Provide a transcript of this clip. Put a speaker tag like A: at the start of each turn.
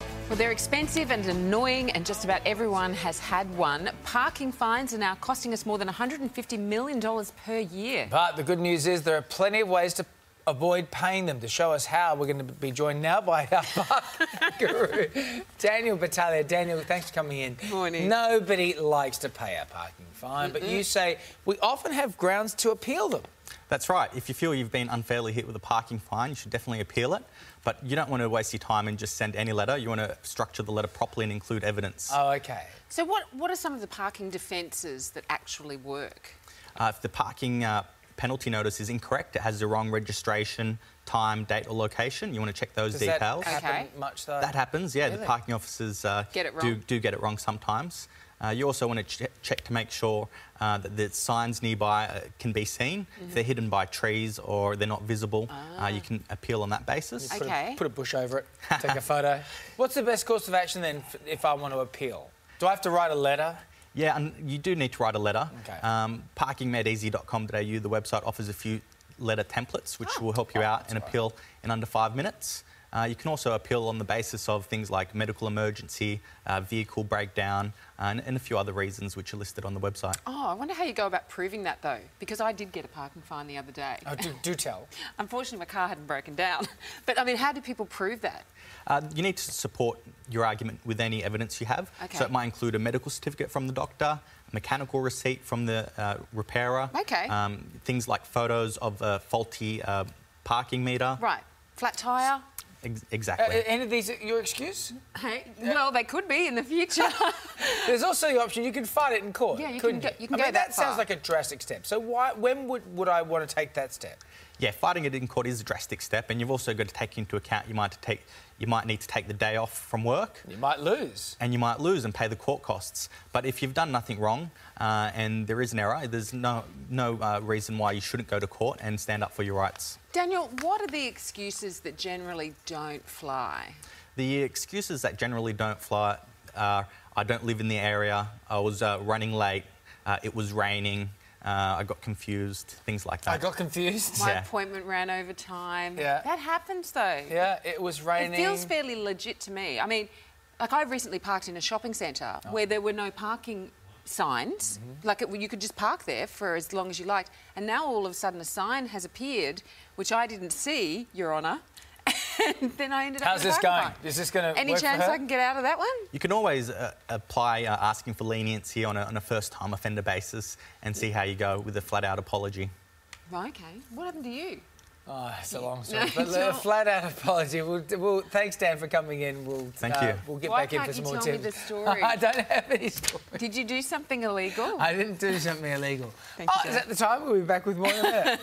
A: Well, they're expensive and annoying, and just about everyone has had one. Parking fines are now costing us more than $150 million per year.
B: But the good news is there are plenty of ways to avoid paying them. To show us how, we're going to be joined now by our parking guru, Daniel Battaglia. Daniel, thanks for coming in.
A: Morning.
B: Nobody likes to pay our parking fine, but you say we often have grounds to appeal them.
C: That's right. If you feel you've been unfairly hit with a parking fine, you should definitely appeal it. But you don't want to waste your time and just send any letter. You want to structure the letter properly and include evidence.
B: Oh, okay.
A: So, what, what are some of the parking defences that actually work?
C: Uh, if the parking uh, penalty notice is incorrect, it has the wrong registration, time, date, or location, you want to check those
B: Does
C: details.
B: that happen
A: Okay.
B: much though?
C: That happens, yeah.
B: Really?
C: The parking officers uh,
A: Get it
C: Do,
A: wrong.
C: do get it wrong sometimes. Uh, you also want to che- check to make sure uh, that the signs nearby uh, can be seen.
A: Mm-hmm.
C: If they're hidden by trees or they're not visible, uh, you can appeal on that basis.
A: Ah. Okay.
B: Put a- Put a bush over it. Take a photo. What's the best course of action then f- if I want to appeal? Do I have to write a letter?
C: Yeah, and you do need to write a letter.
B: Okay.
C: Um, parkingmadeeasy.com.au, the website offers a few letter templates
A: Ah,
C: which will help you out and appeal in under five minutes. Uh, you can also appeal on the basis of things like medical emergency, uh, vehicle breakdown, uh, and, and a few other reasons which are listed on the website.
A: Oh, I wonder how you go about proving that though, because I did get a parking fine the other day.
B: Oh, do, do tell.
A: Unfortunately, my car hadn't broken down. But I mean, how do people prove that?
C: Uh, you need to support your argument with any evidence you have.
A: Okay.
C: So it might include a medical certificate from the doctor, a mechanical receipt from the uh, repairer.
A: Okay.
C: Um, things like photos of a faulty uh, parking meter.
A: Right, flat tyre?
C: Ex-
B: Uh,
C: exactly.
B: any of these your excuse?
A: Hey, well, they could be in the future.
B: There's also the option you can fight it in court.
A: Yeah, you can
B: couldn't
A: go- you can
B: I
A: go
B: mean,
A: that
B: that sounds
A: far.
B: like a drastic step. So why? When would, would I want to take that step?
C: yeah, fighting it in court is a drastic step, and you've also got to take into account you might take you might need to take the day off from work.
B: You might lose.
C: And you might lose and pay the court costs. But if you've done nothing wrong uh, and there is an error, there's no, no uh, reason why you shouldn't go to court and stand up for your rights.
A: Daniel, what are the excuses that generally don't fly?
C: The excuses that generally don't fly are I don't live in the area, I was uh, running late, uh, it was raining, uh, I got confused, things like that.
B: I got confused.
A: My
C: Yeah.
A: appointment ran over time.
B: Yeah.
A: That happens though.
B: Yeah, it was raining.
A: It feels fairly legit to me. I mean, like I recently parked in a shopping centre where there were no parking signs. Like it, you could just park there for as long as you liked. And now all of a sudden a sign has appeared, which I didn't see, Your Honour. and then I ended
B: How's
A: up. with
B: this
A: a parking
B: going?
A: fine.
B: Is this going to
A: Any
B: work
A: chance
B: for her?
A: I can get out of that one?
C: You can always uh, apply uh, asking for leniency on a, on a first time offender basis and see how you go with a flat out apology.
A: Right, okay. What happened to you?
B: Oh, it's a long
A: No,
B: story. but
A: it's
B: a
A: not.
B: flat out apology. We'll, we'll, thanks, Dan, for coming in. We'll, uh,
C: Thank you.
B: We'll get
A: Why
B: back in for
A: can't
B: some
A: you
B: more
A: tell me
B: tips.
A: the story?
B: I don't have any story.
A: Did you do something illegal?
B: I didn't do something illegal.
A: Thank you,
B: oh, is
A: Dan.
B: that the time? We'll be back with more in a minute.